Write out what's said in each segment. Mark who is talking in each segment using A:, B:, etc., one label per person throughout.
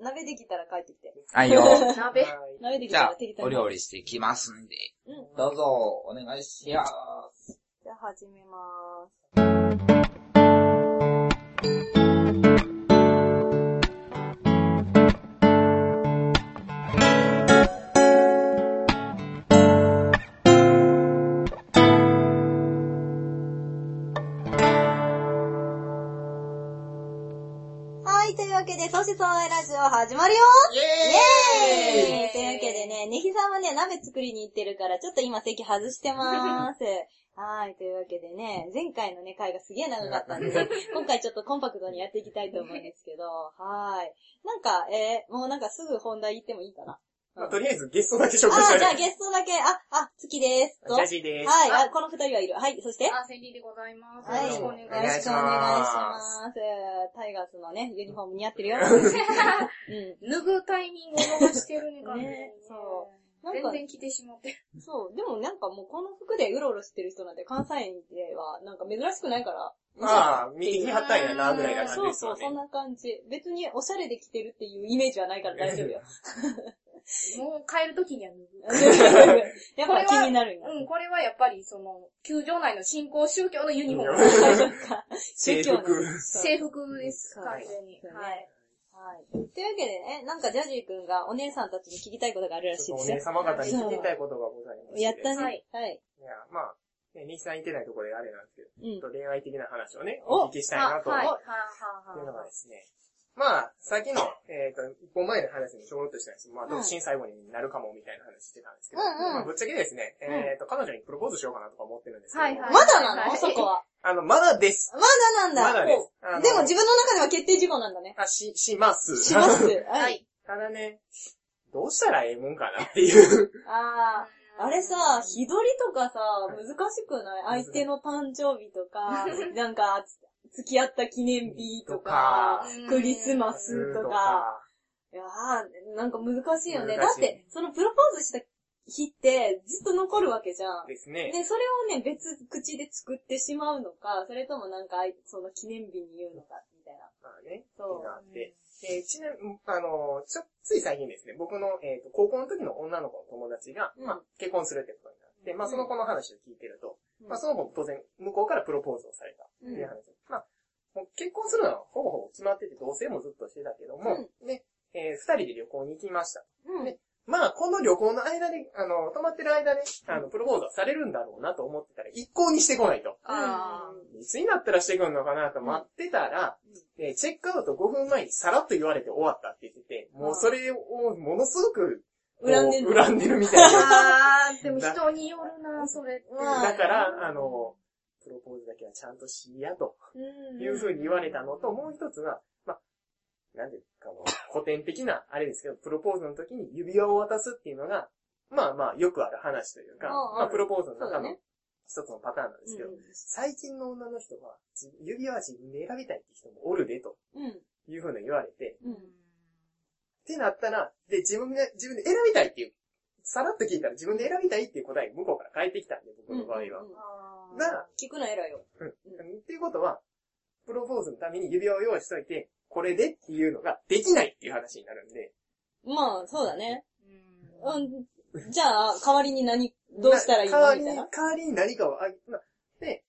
A: 鍋できたら帰ってきて。
B: はいよ。
C: 鍋。
A: 鍋でき
B: じ
A: た
B: ゃ
A: ら
B: あ
A: 適、当
B: お
A: に。
B: 料理してきますんで。
A: うん。
B: どうぞ、お願いします。
A: じゃあ始めまーす。はい、というわけで、ソシソワイラジオ始まるよイ
B: イ
A: エーイというわけでね、ネヒさんはね、鍋作りに行ってるから、ちょっと今席外してま ーす。はい、というわけでね、前回のね、回がすげえ長かったん で、ね、今回ちょっとコンパクトにやっていきたいと思うんですけど、はーい。なんか、えー、もうなんかすぐ本題行ってもいいかな。
D: まあとりあえずゲストだけ紹介
A: あ
D: した
A: ー、
D: い
A: じゃあゲストだけ、あ、あ、月です。と
D: ジャ
A: は
D: ジーです。
A: い、あ、この二人はいる。はい、そして
C: あ、千里でございます。
A: はい
C: よろしくお願いし
A: よろしくお
C: ます。
A: 願いします。タイガースのね、ユニフォーム似合ってる よ。うん。
C: 脱ぐタイミングを逃してるね、完全に
A: ねそなん
C: 全
A: か、
C: 然着てしまって。
A: そう。でもなんかもうこの服でうろうろしてる人なんて関西ではなんか珍しくないから。
D: まあ、右に貼ったんやな、ぐらいな感じ
A: そう
D: です
A: そ
D: よ
A: う、そん
D: ね。
A: な感じ。別におしゃれで着てるっていうイメージはないから大丈夫 よ。
C: もう帰るときには脱
A: やっぱ気になるんだ。
C: ぐ。うん、これはやっぱりその、球場内の信仰宗教のユニフォーム。
A: 大丈夫か。
D: 制
A: 宗
D: 服
A: 教なんです
C: 制服です、
A: そう
C: 完全に。
A: そうね
C: はい。
A: はい。というわけでね、なんかジャジーくんがお姉さんたちに聞きたいことがあるらし
D: ち
A: い
D: ょ
A: で
D: っとお
A: すよ
D: 姉。様方に聞きたいことがございます。
A: やった
C: は
A: ね
C: い。
A: はい。
D: いや、まあ、ね、西さん言ってないところであれなんですけど、
A: うん
D: ちょ。っと恋愛的な話をね、
A: お
D: お聞きしたいなと。
C: はい。
D: い
C: は
D: う
C: い
D: の
C: は
D: がですね。まあ、さっきの、えっ、と、一本前の話にちょろっとしたんですけど、まあ、
A: うん
D: 独身最後になるかもみたいな話してたんですけど、
A: うんうん
D: まあ、ぶっちゃけですね、えっ、と、彼女にプロポーズしようかなとか思ってるんですけど、
C: はいはい
A: まだなの
C: はい
A: そこは。
D: あの、まだです。
A: まだなん
D: ま
A: だ。
D: だです。あの
A: でも自分の中では決定事項なんだ ね。
D: あ、し、します。
A: します。
C: いは。
A: はい。
C: はいい。
D: ただね、どうしたらええもんかなっていう。
A: あー。あれさ、
C: ひ
A: 日取りとかさ、難しくない相手の誕生日と か、なんか、つ付き合った記念日とか
C: と、か
A: クリスマスとか。いやー、なんか難しいよね。だ
D: 難し
A: っ
D: い
A: て、そのプロポーズした日ってずっと残るわけじゃん。
D: ですね。
A: で、それをね、別口で作ってしまうのか、それともなんか、あいその記念日に言うのか、みたいな。
D: まあね。
A: そう
D: っていうのがあって。えーちなみに、あのー、ちょ、つい最近ですね、僕の、えっ、と、高校の時の女の子の友達が、
A: うん
D: まあ、結婚するってことになって、まあ、その子の話を聞いてると、
A: うん
D: まあ、その子も当然、向こうからプロポーズをされたっていう話。まあ、もう結婚するのはほぼほぼ決まってて、同棲もずっとしてたけども、ね、えー二人で旅行に行きました。
A: うん。
D: でまあ、この旅行の間で、あの、泊まってる間で、あの、プロポーズはされるんだろうなと思ってたら、一向にしてこないと。
C: あ
D: いつになったらしてくんのかなと待ってたら、えーチェックアウト5分前にさらっと言われて終わったって言ってて、もうそれをものすごく、こう
A: 恨んでるの
D: 恨んでるみたいな。
C: あー、でも人によるな、それって。
A: うん
D: だから、あの、プロポーズだけはちゃんとしやと
A: うん。
D: いう風に言われたのと、もう一つは、まあ、なんていうかもう、古典的な、あれですけど、プロポーズの時に指輪を渡すっていうのが、まあまあ、よくある話というか、
A: うんうん
D: まあ、プロポーズの
A: そうだ
D: 中の
A: ね。
D: 一つのパターンなんですけど、
A: う
D: 最近の女の人は、自指輪は自分で選びたいって人もおるで、と
A: ん。うん。
D: いうふうに言われて、
A: うん。
D: ってなったら、で、自分が、自分で選びたいっていう、さらっと聞いたら自分で選びたいっていう答えが向こうから返ってきたんで、僕の場合は。
A: うん
C: あー
D: が、
A: 聞くの偉いよ。
D: っていうことは、プロポーズのために指輪を用意しといて、これでっていうのができないっていう話になるんで、
A: まあ、そうだね。
C: うん
A: うん。じゃあ、代わりに何、どうしたらいいのみたいな
D: な。代わりに代わりに何かをあげ、まあで、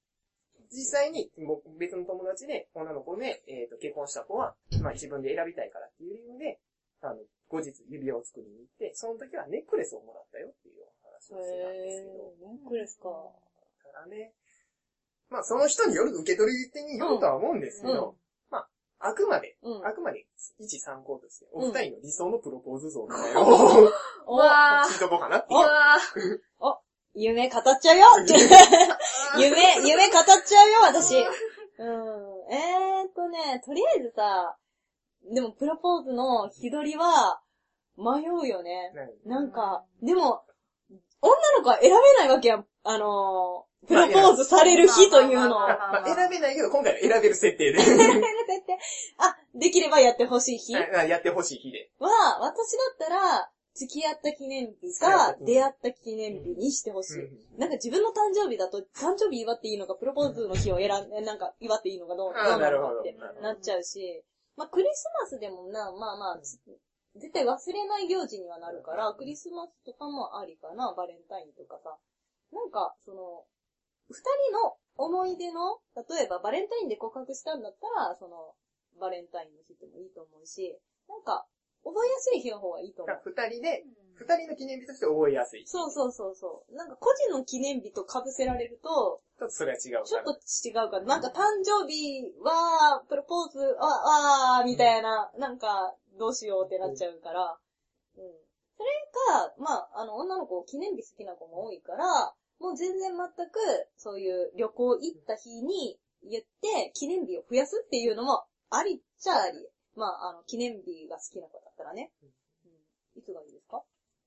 D: 実際にもう別の友達で、女の子で、えー、と結婚した子は、まあ、自分で選びたいからっていう理由で、あの、後日指輪を作りに行って、その時はネックレスをもらったよっていう話をしてたんですけど、
A: ネックレスか。
D: ただね、まあその人による受け取り手によるとは思うんですけど、
A: うん
D: あくまで、
A: うん。
D: あくまで一参考として、お二人の理想のプロポーズ像とかを、
A: お
C: わー
D: 聞いとこうかなって
C: うわ
A: 夢語っち ゃうよ
C: ー
A: 夢、夢語っちゃうよ、私。うん。えーっとね、とりあえずさ、でもプロポーズの日取りは迷うよね。
D: なる
A: なんか、でも、女の子は選べないわけやん。あのー、プロポーズされる日というのを。
D: まあ、選べないけど、今回は選べる設定で、
A: あ、できればやってほしい日は、
D: あやってほしい日で。
A: 私だったら、付き合った記念日か、出会った記念日にしてほしい。なんか自分の誕生日だと、誕生日祝っていいのか、プロポーズの日を選んで、なんか祝っていいのかどうどう
D: ああ、
A: な
D: なる
A: の
D: ほ
A: か
D: ど
A: っ。てなっちゃうし、まあクリスマスでもな、まあまあ、絶対忘れない行事にはなるから、クリスマスとかもありかな、バレンタインとかさ。なんか、その、二人の思い出の、例えばバレンタインで告白したんだったら、その、バレンタインの日でもいいと思うし、なんか、覚えやすい日の方がいいと思う。
D: 二人で、二人の記念日として覚えやすい。ち
A: そうそうそうそう。なんか個人の記念日と被せられると、
D: ょっとそれは違うから。
A: ちょっと違うから、なんか誕生日は、プロポーズ、あ、あー、みたいな、なんか、どうしようってなっちゃうから、うん。それか、まあ、あの、女の子、記念日好きな子も多いから、もう全然全く、そういう旅行行った日に言って、記念日を増やすっていうのも、ありっちゃあり。まあ、あの、記念日が好きな子だったらね。うん。いつがいいですか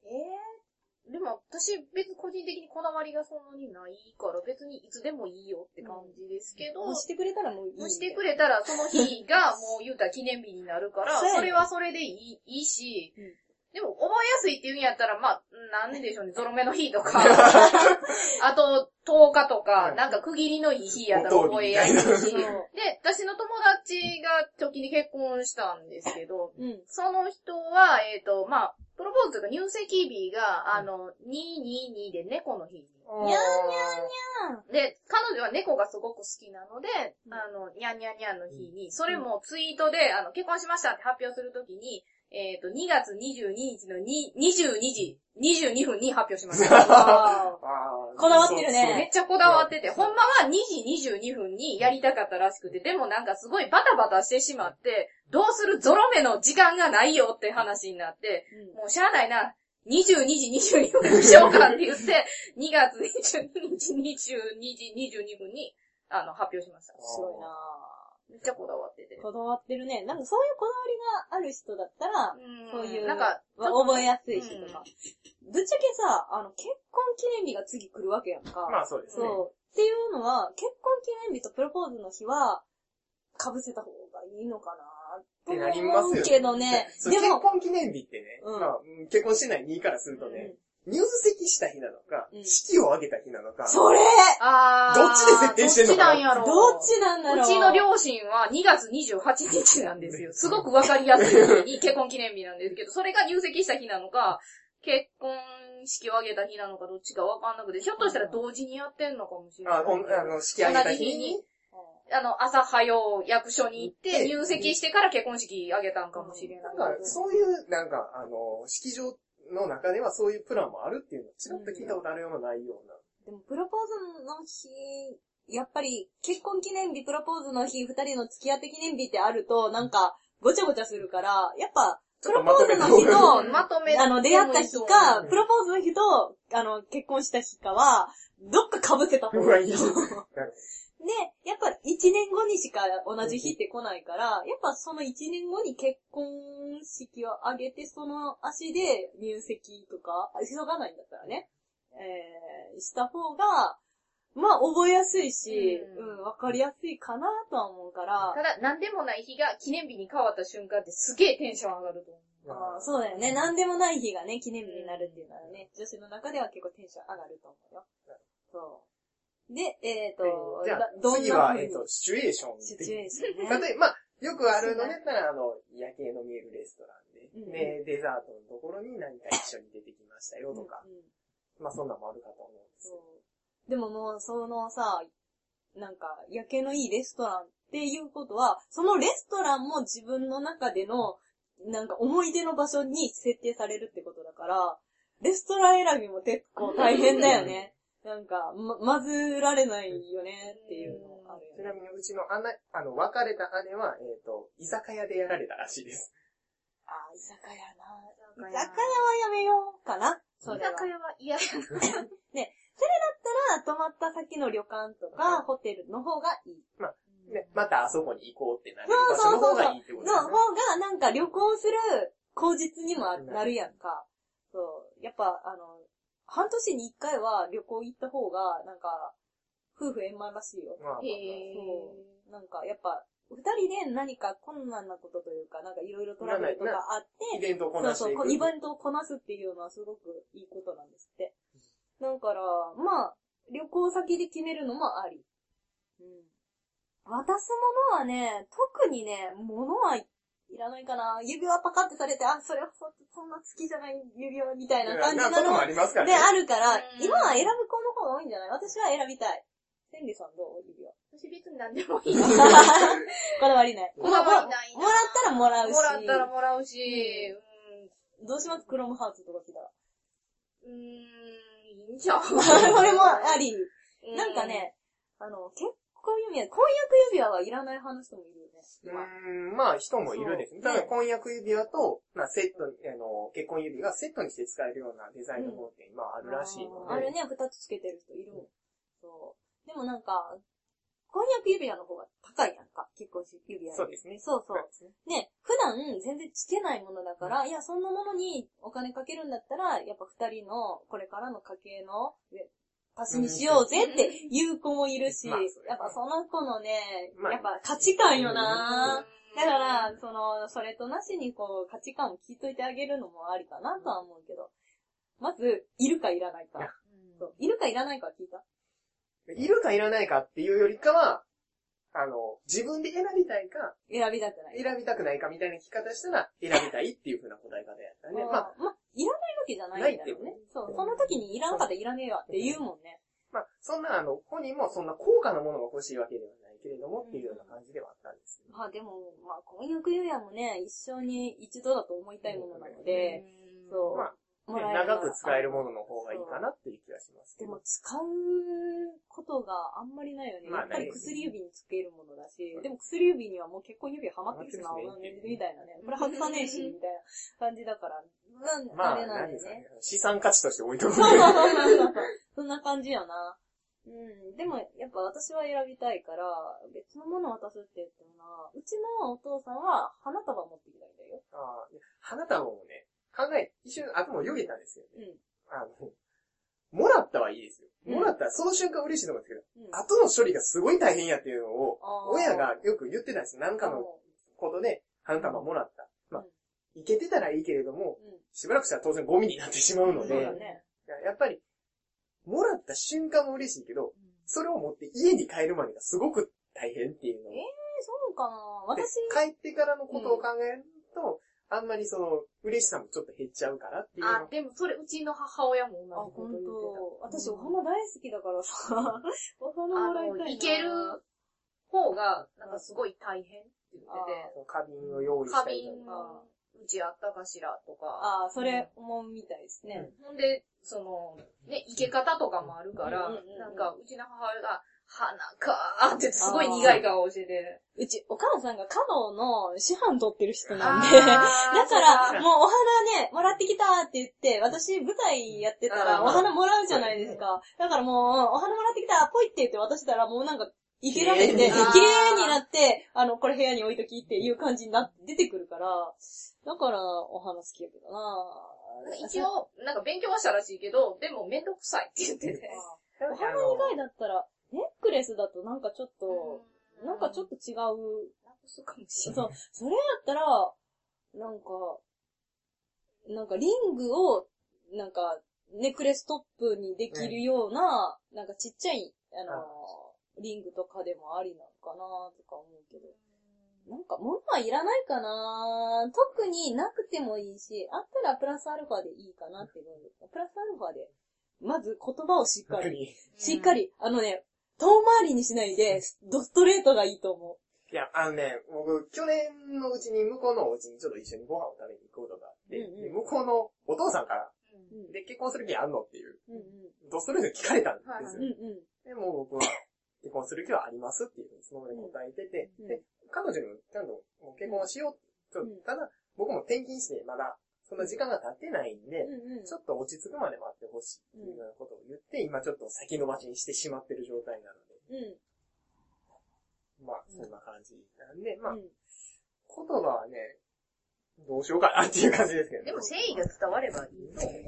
C: ええでも私別に個人的にこだわりがそんなにないから別にいつでもいいよって感じですけど、
A: もうしてくれたらもういいんで。
C: もうしてくれたらその日がもう言うたら記念日になるから
A: そうやね、
C: それはそれでいいいいし
A: うん、
C: でも覚えやすいって言うんやったら、まあ、なんでしょうね、ゾロ目の日 とか、あと10日とか、なんか区切りのいい日やったら覚えやすいし、
A: そう
C: で、私の友達が時に結婚したんですけど、
A: うん。
C: その人は、えっ、と、まあ、プロポーズというか入籍日が、あの、222で猫の日。
A: にゃ
C: で、彼女は猫がすごく好きなので、
A: うん
C: あの、にゃんにゃんにゃんの日に、それもツイートで、あの、結婚しましたって発表するときに、えっ、と、2月22日のに22時22分に発表しました。
A: わ
D: あー
A: こだわってるね
D: そうそう
C: めっちゃこだわってて、ほんまは2時22分にやりたかったらしくて、でもなんかすごいバタバタしてしまって、どうするゾロ目の時間がないよって話になって、
A: ーうん
C: もうしゃあないな、22時22分にしようかって言って、2月22日22時22分に、あの、発表しました。
A: すごいな
C: めっちゃこだわってて。
A: ぁ。こだわってるね。なんかそういうこだわりがある人だったら、
C: う
A: そうんいう
C: なんか、
A: 覚えやすいしとか。ぶっちゃけさ、あの、結婚記念日が次来るわけやんか。
D: まあそうですね。
A: そう。っていうのは、結婚記念日とプロポーズの日は、被せた方がいいのかなと
D: ってなります
A: 思
D: よね
A: うけどね。
D: そう
A: で
D: 結
A: も、
D: 婚記念日ってね、
A: うん
D: まあうん結婚してない2からするとね、入籍した日なのか、
A: うん
D: 式を挙げた日なのか、
A: それ
C: あー
D: どっちで設定してんのかな
C: どっちなんやろ
A: どっちなんだろう
C: うちの両親は2月28日なんですよ。すごくわかりやすい日に結婚記念日なんですけど、それが入籍した日なのか、結婚式を挙げた日なのかどっちかわかんなくて、ひょっとしたら同時にやってんのかもしれない。
D: あおんあの式挙げた日
C: 同じ日
D: に
C: に、あの、朝早う役所に行っ
D: 行って
C: て、入籍してから結婚式挙げたんかもしれ
D: ない
C: な
D: ん
C: け
D: か
C: ど。
D: そういう、なんか、あの、式場の中ではそういうプランもあるっていうの、ちらっと聞いたことあるような、ないような。
A: でも、プロポーズの日、やっぱり、結婚記念日、プロポーズの日、二人の付き合って記念日ってあると、なんか、ごちゃごちゃするから、やっぱ、
D: ち
A: プ
D: ょっと
A: ロ
D: ま
A: ポー
D: と
A: ズ
D: めた
A: の日と、
C: まとめ
A: あの、出会った日か、
D: ん
A: プロポーズの日と、あの、結婚した日かは、どっか被せた方がいいよ。で
D: う わいい、
A: やっぱ一年後にしか同じ日って来ないから、やっぱその一年後に結婚式を挙げて、その足で入籍とか、あ急がないんだったらね、えー、した方が、まあ、覚えやすいし、
C: う
A: うんん、わ、かりやすいかなとは思うから、
C: ただ、なんでもない日が記念日に変わった瞬間ってすげえテンション上がると思う。
A: あーそうだよね。何でもない日がね、記念日になるっていうのはね、女子の中では結構テンション上がると思うよ。そう。で、えっ、と、
D: じゃあ
A: だどん、な
D: 次は、
A: 風
D: え
A: に
D: っと、シチュエーション
A: シ
D: って
A: チュ
D: いう。
A: エーションね。
D: 例えば、まあ、よくあるのだったら、あの、夜景の見えるレストラン
A: うん
D: で、で、デザートのところに何か一緒に出てきましたよとか
A: う、んうん
D: まあ、そんなんもあるかと思うんです
A: そうでももう、そのさ、なんか、夜景のいいレストランっていうことは、そのレストランも自分の中での、なんか思い出の場所に設定されるってことだから、レストラン選びも結構大変だよね。なんか、ま、まずられないよねっていうのあ
D: ち
A: るよ
D: な
A: ね。
D: みに、うちの姉、あの、別れた姉は、えっと、居酒屋でやられたらしいです。
A: あー、居酒屋な。居
C: 居
A: 酒屋は
C: 酒
A: やめようかな。そ
C: 居
A: れは。
C: 酒屋は嫌やな。
A: ただ泊まった先の旅館とか、ホテルの方がいい。
D: ね、またあそこに行こうってなる場所の方がいいってことで
A: の
D: す
A: 方が、
D: ね。
A: なんか旅行する口実にもあなるやんか。そう。やっぱ、あの、半年に一回は旅行行った方が、なんか、夫婦円満らしいよ。
D: まあまあまあ
C: へ
A: そう。なんか、やっぱ、二人で何か困難なことというか、なんかいろいろトラブルとかあって
D: イ、ベントをこ
A: そ
D: な
A: う
D: してい
A: そ
D: く。
A: う、イベントをこなすっていうのはすごくいいことなんですって。だから、まあ、旅行先で決めるのもあり。うん。渡すものはね、特にね、物はいらないかな指輪パカってされて、あ、それはそそんな好きじゃない指輪みたいな感じな
D: それ
A: の
D: もありますから
A: で、
D: ね。
A: あるから
C: うん、
A: 今は選ぶ子の方が多いんじゃない私は選びたい。千里さんどう指輪。
C: 私別に何でもいい。
A: こだわりない。
C: こだわりないな
A: もらったらもらうし。
C: もらったらもらうし、
A: どうしますクロムハーツとか来たら。
C: うん、うーん、いいんじゃん。
A: これもあり。
C: う
A: なんか、ね、あの、結婚指輪、婚約指輪はいらない派の人もいるよね。
D: うーん、まあ人もいるですね。
A: そう
D: ただ婚約指輪と、まあセット、あの、結婚指輪がセットにして使えるようなデザインの方って今あるらしいの
A: あーあ
D: で。
A: れね、二つつけてる人いるもん。そう。でもなんか、婚約指輪の方が高いやんか。結婚し指輪より
D: そうですね
A: そうそ
D: そ
A: う。
D: うですね。
A: ね、普段全然つけないものだから、いや、そんなものにお金かけるんだったら、やっぱ二人のこれからの家計のえ足しにしようぜって言う子もいるし、
D: まあそう
A: や
D: だね
A: っぱその子のね、
D: まあ
A: やっぱ価値観よな、
C: うん
A: だから、、その、それとなしにこう、価値観を聞いといてあげるのもありかなとは思うけど。まず、いるかいらないか。
C: うん
A: そういるかいらないかは聞いた
D: いるかいらないかっていうよりかは、あの、自分で選びたいか、
A: 選びたくない。
D: 選びたくないかみたいな聞き方したら、選びたいっていう風な答え方やったね。まあ、
A: まあ、まあ、いらないわけじゃないんだよね
D: ないっていう。
A: そう、その時にいらんかったらいらねえわって言うもんね。
D: まあ、そんな、あの、本人もそんな高価なものが欲しいわけではないけれども、っていうような感じではあったんですけど。
A: まあでも、まあ、婚約指輪もね、一生に一度だと思いたいものなので、、そう。
D: まあ、
A: もらえ
D: ね
A: れば
D: 長く使えるものの方がいいかなっていう気がしますけ
A: でも
D: ど。
A: 使うことがあんまりないよね。
D: まあ
A: やっぱり
D: ない
A: 薬指につけるものだし、でも薬指にはもう結婚指輪ハマってるしな、
D: ハマ
A: 同
D: ってるしね
A: じみたいなね。これ外さねえし、みたいな感じだから、まあ、
D: まあ、
A: あれな
D: なん
A: で
D: んですか
A: ね
D: ね。。資産価値として置いとく。
A: そう そうそうそうそう。そんな感じよな。うん。でも、やっぱ私は選びたいから、別のもの渡すって言ってもな、うちのお父さんは花束持ってきたんだよ。
D: あー花束もね、考え、一瞬頭をよげたんですよね。
A: う
D: あの、もらったはいいです
A: うん
D: よ。もらったら、その瞬間嬉しいと思うんですけど、
A: ん。うん。
D: 後の処理がすごい大変やっていうのを、
A: あー
D: 親がよく言ってたんですよ。なんかの
A: も
D: ことで、花束もらった。まあ、いけてたらいいけれども、
A: う、うん。
D: しばらくしたら当然ゴミになってしまうので、
A: そう
D: い
A: だね。
D: ややっぱり、もらった瞬間も嬉しいけど、それを持って家に帰るまでがすごく大変っていうのを
A: ええ、そうかな
D: で
A: 私、
D: 帰ってからのことを考えると、あんまりその、嬉しさもちょっと減っちゃうからっていうの
C: あ、でもそれうちの母親も同じ
A: あ、
C: こと
A: 本
C: 言って
A: 当。
C: た。
A: 私、お花大好きだからさ、 お花もらい
C: あ
A: たいな。
C: の、いける方が、なんかすごい大変って言って
D: その花瓶を用意
C: て、
D: し
C: 花
D: たり
C: 瓶
D: とか。
A: あ
C: うちあったかしらとか、
A: ああ、それ、思うみたいですね。
C: ほんで、その、ね、いけ方とかもあるから
A: うんうんうんう、ん
C: なんかうちの母親が、花かーってすごい苦い顔をしてて。
A: うち、お母さんが華道の師範取ってる人なん で、だ
C: あー
A: から、、もうお花ね、もらってきたって言って、私、舞台やってたら
D: あー
A: お花もらうじゃないですか。だからもう、お花もらってきた、ぽいって言って渡したら、もうなんか、いけられて、綺
D: 綺麗に
A: 麗になって、あの、これ部屋に置いときっていう感じになって、出てくるから、だから、お花好きやけどな
C: 一応、なんか勉強はしたらしいけど、でもめんどくさいって言ってて。
A: お花以外だったら、ネックレスだとなんかちょっと、
C: う
A: なんかちょっと、違う。
C: なくすかも
A: そ
C: しれ
A: う
C: ない。、
A: それやったら、なんか、なんかリングを、なんか、ネックレストップにできるような、なんかちっちゃい、あのー、リングとかでもありなのかなとか思うけど。なんか物はいらないかな特になくてもいいし、あったらプラスアルファでいいかなって思うんですけどプラスアルファで、まず言葉をしっかり。
D: い
A: しっかり、あのね、遠回りにしないで、ドストレートがいいと思
D: や、あのね、僕、去年のうちに向こうのお家にちょっと一緒にご飯を食べに行くことがあって、
A: うんうん
D: で向こうのお父さんから、
C: うん。
A: う。うん。
D: で、結婚する気あんのっていう、
A: うん
D: どうするの聞かれたんです
A: うん。うん
D: よ。
A: うん。
D: で、もう僕は、結婚する気はありますっていうふうにその場で答えてて、
A: うん
D: で、彼女にもちゃんともう結婚しようと、
A: うん
D: ただ、僕も転勤してまだ、そんな時間が経ってないんで、
A: うんうん。
D: ちょっと落ち着くまで待ってほしいっていうようなことを言って、今ちょっと先延ばしにしてしまってる状態なので、
A: うん。
D: まあ、そんな感じなんで、まあ
A: う、ん。
D: 言葉はね、どうしようかなっていう感じですけどね。
C: でも誠意が伝わればいいと思う。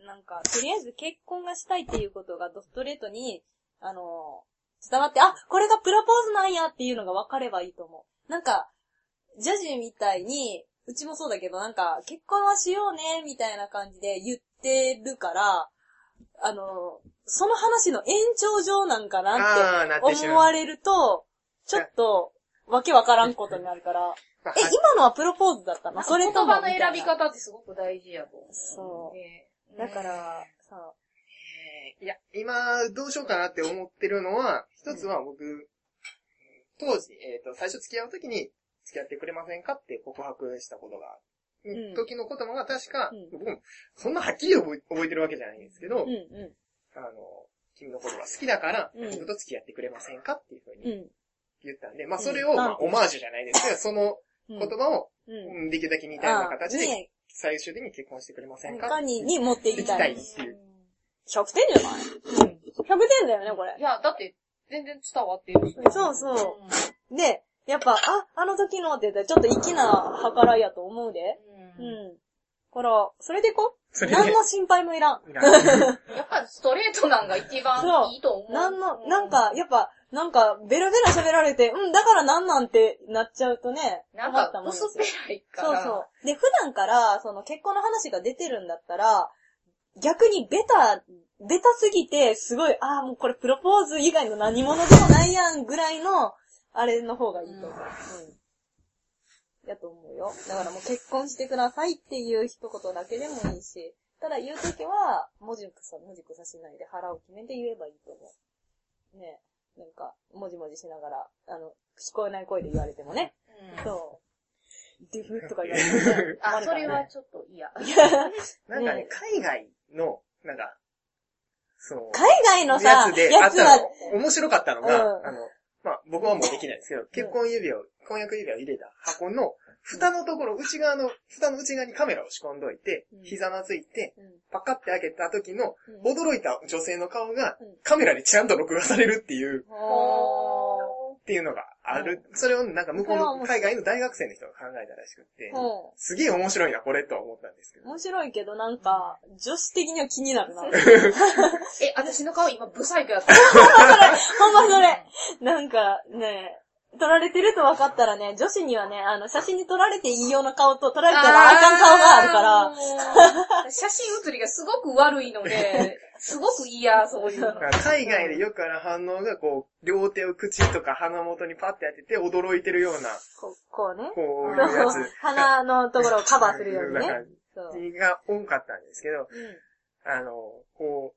A: うん。なんか、とりあえず結婚がしたいっていうことがドストレートに、あのー、伝わって、あ、これがプロポーズなんやっていうのが分かればいいと思う。なんか、ジャジーみたいに、うちもそうだけど、なんか、結婚はしようね、みたいな感じで言ってるから、あのー、その話の延長上なんかなって
D: ああ、なってし
A: 思わ
D: まう。
A: れると、ちょっと、わけわからんことになるから。
D: まあ
A: え、今のはプロポーズだったのそれ
C: 言
A: とも。
C: 葉の選び
A: みたいな。
C: 方ってすごく大事やと思う。
A: そう
C: ね
A: だから、さ、
D: いや、今、どうしようかなって思ってるのは、一つは僕、当時、えっ、と、最初付き合うときに、付き合ってくれませんかって告白したことが、
A: うん
D: 時の言葉が確か、
A: うん
D: 僕も、そんなはっきり覚え覚えてるわけじゃないんですけど、
A: うんう
D: あの、君のことが好きだから、
A: うん。
D: 僕と付き合ってくれませんかっていうふうんに
A: う
D: 言ったんで、まあ
A: うん
D: それを、まあオマージュじゃないですけど、その
A: ん。
D: 言葉を、
A: うん。うん。
D: うんできるだけ似たような形で、最終的に結婚してくれませんか
A: 他に、に持っていきたい。
D: 行きたいっていう
A: 100点じゃない
C: うん。
A: ?100 点だよね、これ
C: い。や、だって、全然伝わってるし。
A: そうそう
C: うん。
A: で、やっぱ、あ、あの時のって言ったらちょっと粋な計らいやと思うで。う。
C: うん
A: から、それでいこ。
D: そうれで
A: 何の心配もいらん。
D: いらん
C: ん。やっぱストレートなんが一番いいと思う。
A: なんの、なんか、、やっぱ、なんか、ベラベラ喋られて、うん、だからなんなんてなっちゃうとね、
C: なん
A: 困った
C: か
A: もんです
C: 薄
A: よ
C: っぺらいか
A: そう
C: ら。
A: そう。で、普段から、その結婚の話が出てるんだったら、逆にベタ、ベタすぎて、すごい、ああ、もうこれプロポーズ以外の何者でもないやんぐらいの、あれの方がいいと思う。
C: うん
A: うん。やと思うよ。だからもう結婚してくださいっていう一言だけでもいいし、ただ言うときは、文字くさ、文字くさしないで腹を決めて言えばいいと思う。ねえなんか、もじもじしながら、あの、聞こえない声で言われてもね。
C: うん。
A: そう。デフとか言われて、ね
C: あ、それはちょっと嫌。
D: なんか
A: ね
D: ね、海外の、なんか、そう。
A: 海外の
D: や
A: さ、
D: つで、あ
A: や
D: っ
A: つ
D: た
A: は
D: の、、面白かったのが、
A: うん
D: あの、まあ、僕はもうできないですけど、結婚指輪を、婚約指輪を入れた箱の、蓋のところ、内側の、蓋の内側にカメラを仕込んどいて
A: うん、
D: 膝なついて、
A: うん
D: パカって開けた時の、
A: うん
D: 驚いた女性の顔が
A: うん、
D: カメラにちゃんと録画されるっていう、
A: ほ
D: っていうのがある。それをなんか向こ
A: そ
D: う
A: れは
D: の
A: 面白い
D: 海外の大学生の人が考えたらしくって
A: ー。、ほ
D: すげえ面白いな、これとは思ったんですけ
A: う
D: ど。
A: 面白いけど、なんか、女子的には気になる な。ほんま
C: え、私の顔今ブサイクやった。
A: それ。なんか、ね、撮られてると分かったらね、女子にはね、あの、写真に撮られていいような顔と、撮られたらあかん顔があるから、
C: ら。 写真写りがすごく悪いので、 すごく嫌、そういうの。
D: だから海外でよくある反応が、こう、両手を口とか鼻元にパッて当てて驚いてるような、
A: こうこうね。
D: こういうや
A: そう
D: つ。
A: 鼻のところをカバーするよう にね。そう。
D: ね。が多かったんですけど、
A: うん
D: あの、こう、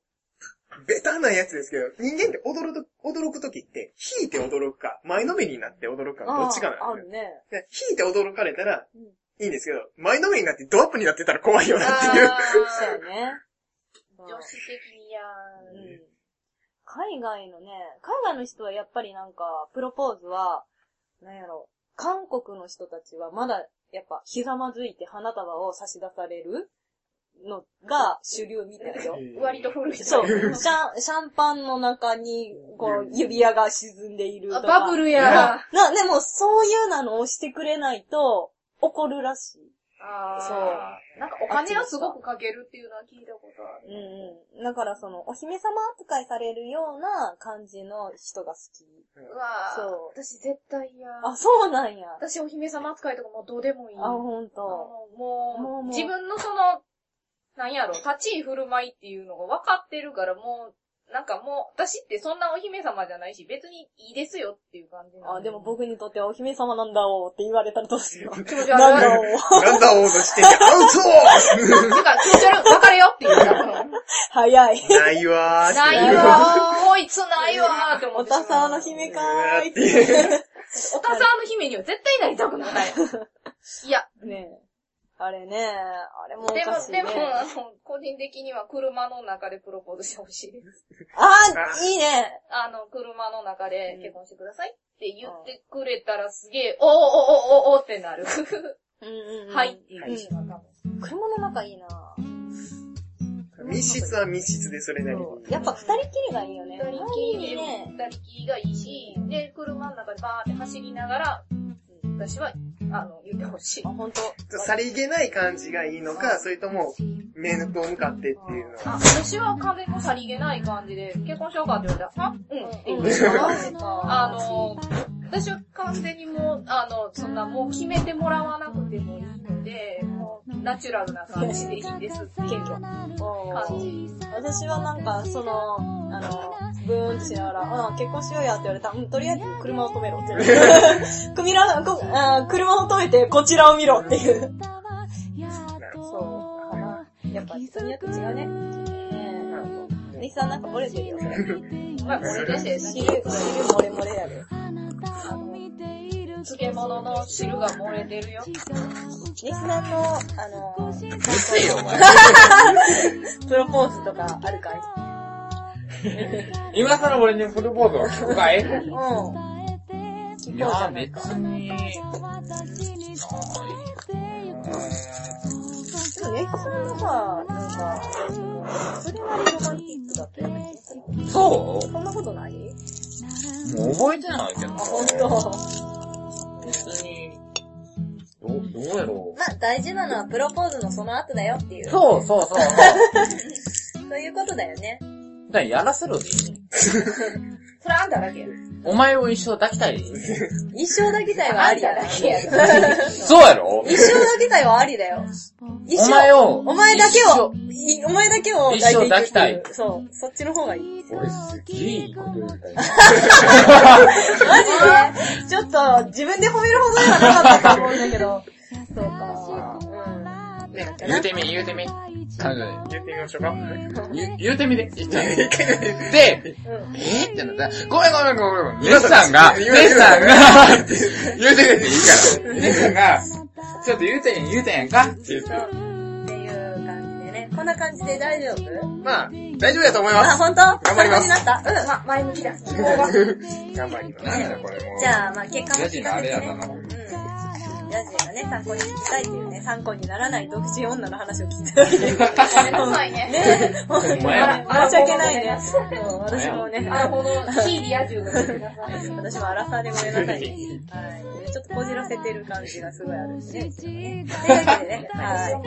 D: ベタなやつですけど、人間って驚く、驚くときって、引いて驚くか、前のめりになって驚くか、どっちか
A: あ
D: なん
A: あ
D: です
A: るね。
D: よ。で引いて驚かれたら
A: うん、
D: いいんですけど、前のめりになってドアップになってたら怖いよなっていう。
A: そう よね。
C: 女子的に嫌。
A: うん海外のね、海外の人はやっぱりなんか、プロポーズは、なんやろ、韓国の人たちはまだ、やっぱ、ひざまずいて花束を差し出されるのが主流みたいよ。
C: 割と古い。
A: そう。シャン、シャンパンの中に、こう、指輪が沈んでいると
C: あ
A: か。
C: バブルや。
A: な、でも、そういうなのをしてくれないと、怒るらしい。
C: あー
A: そう
C: なんかお金をすごくかけるっていうのは聞いたことある。
A: うんうん。だから、その、お姫様扱いされるような感じの人が好き。
C: うわー
A: そう
C: 私絶対嫌。
A: あ、そうなんや。
C: 私お姫様扱いとかもうどうでもいい。
A: あ、ほん
C: あの
A: と。
C: もう、
A: もうもう
C: 自分のその、なんやろ、立ち居振る舞いっていうのが分かってるから、もう、なんかもう、私ってそんなお姫様じゃないし、別にいいですよっていう感じなの
A: あ、でも、僕にとってはお姫様なんだおーって言われたらどうしよう。
C: 気持ち悪い。
A: なんだおー。
D: なんだ王としてて、アウ
C: なんか気持ち悪い、別れよって言ったの。
A: 早い。
D: トないわーって
C: な
D: う
C: いわー、こいつないわーって思
A: お
C: ってしまう。
A: たさの。姫かーいって。
C: おたさの姫には絶対なりたくない。 いや、
A: ねえ。あれねあれもお
C: で
A: か
C: も
A: し、い、ね。
C: でも、 あの、個人的には車の中でプロポーズしてほしいです。
A: あー、いいね。
C: あの、車の中で
A: うん
C: 結婚してくださいって言ってくれたらすげえ、おーおーおーおーおーってなる。
A: うんうん、うん。
C: はいって言ってしまうかも。
A: 車の中いいな
D: 密室は密室でそれなりに。
A: やっぱ二人きりがいいよね。
C: 二人きりで、
A: ね。
C: 二人きりがいいし、で、車の中でバーって走りながら、私は、あの、言ってほしい
A: あ、。ほんと。
D: さりげない感じがいいのか、それとも、面と向かってっていうの
C: あ、
D: は。
C: 私は完全にさりげない感じで、結婚しようかって言われたら、はうんって言
A: う、
C: うんんですよ。 あ
A: あ
C: の、私は完全にもう、あの、そんなもう決めてもらわなくてもいいので、もうナチュラルな感じでいいですっていう
A: 謙虚
C: 感じ。
A: 私はなんか、その、あの、ブーンってしながら、うん、結婚しようやって言われたら、うん、とりあえず車を止めろ って。組みらこあー車を止めて、こちらを見ろっていう。そう、かな。やっぱ人によって違うね。ねえ。西さんなんか漏れてるよ。
C: まあ、これです
A: 汁、汁漏れ漏れやで。あの、
C: 漬物の汁が漏れてるよ。
A: 西さんの、あの、
B: せえよ、お 前。
A: プロポーズとかあるかい
B: 今更俺にプロポーズは聞くかい
A: うん。聞
B: い
A: こうじ
B: や
A: ゃ、ないか。
B: 別に。
A: でもね、それはさ、なんか、それなりロマンティックだったよね。
B: そ
A: そんなことないう
B: もう覚えてないけど。
A: あ、ほんと。
B: 別に、どう、どうやろ
A: まあ、大事なのはプロポーズのその後だよっていう
B: う。そうそうそう。だ
A: そういう ことだよね。
B: からやらせろでいいね。
C: それあんただけや。
B: お前を一生抱きたいでいいね。
A: 一生抱きたいはありだよ。
C: けや。
B: そうやろ
A: 一生抱きたいはありだよ。一
B: お前
A: 生、
B: を、
A: お前だけを、いお前だけを抱いていくっていう
B: 一生抱きたい
A: そう、そっちの方がいい。
E: 俺すげえいいこと言うたよ。
A: マジでちょっと、自分で褒めるほどではなかったと思うんだけ ど。そうか。うん。
D: ね、
B: 言うてみ、言うてみ。彼女に。
D: 言ってみましょうか。
B: 言う言うてみで。言ってで、
A: うん。
B: えってなったら、ごめんごめんごめんごめん。ネッさんが、ネッさんが、言うてみでいいから。ネッさんが、ちょっと言うてんやん、言うてんやんかって言って。
A: そう。っていう感じでね。こんな感じで大丈夫
D: まあ、大丈夫だと思いま
A: あ、
D: す。
A: ほんと頑
D: 張ります
A: になったうん、ま、前向きだ。
D: 頑張り
B: な
D: ま
B: んだこれもう。
A: じゃあ、まあ、結果も
B: ヤジのあれやだな。
A: うん。ヤジがね、参考に聞きたいっていうね、参考にならない独身女の話を聞いただけで。
C: ご めんなさいね。
A: ね、ほんとに
B: お前ら
A: 申し訳ないね。そう私もね、
C: あの、この、非リア充がごめんなさ い。
A: 私もアラサーでごめんなさいね。はい。ちょっとこじらせてる感じがすごいあるんでね。というわけでね、は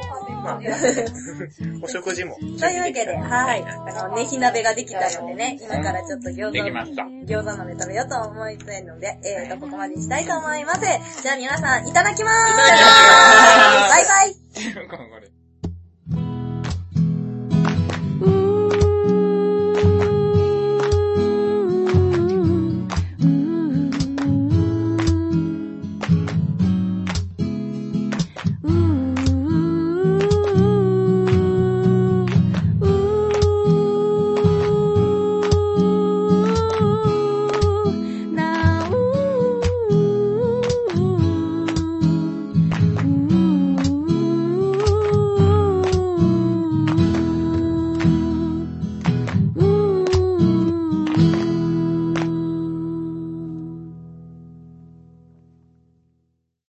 A: い。
D: す。お食事も。
A: というわけで、はい。あの、ね、火鍋ができたのでね、今からちょっと餃
B: でき
A: 子
B: ま した。
A: 餃子鍋食べようと思いついので、えーと、ここまでにしたいと思います。じゃあ皆さん、いただきまーす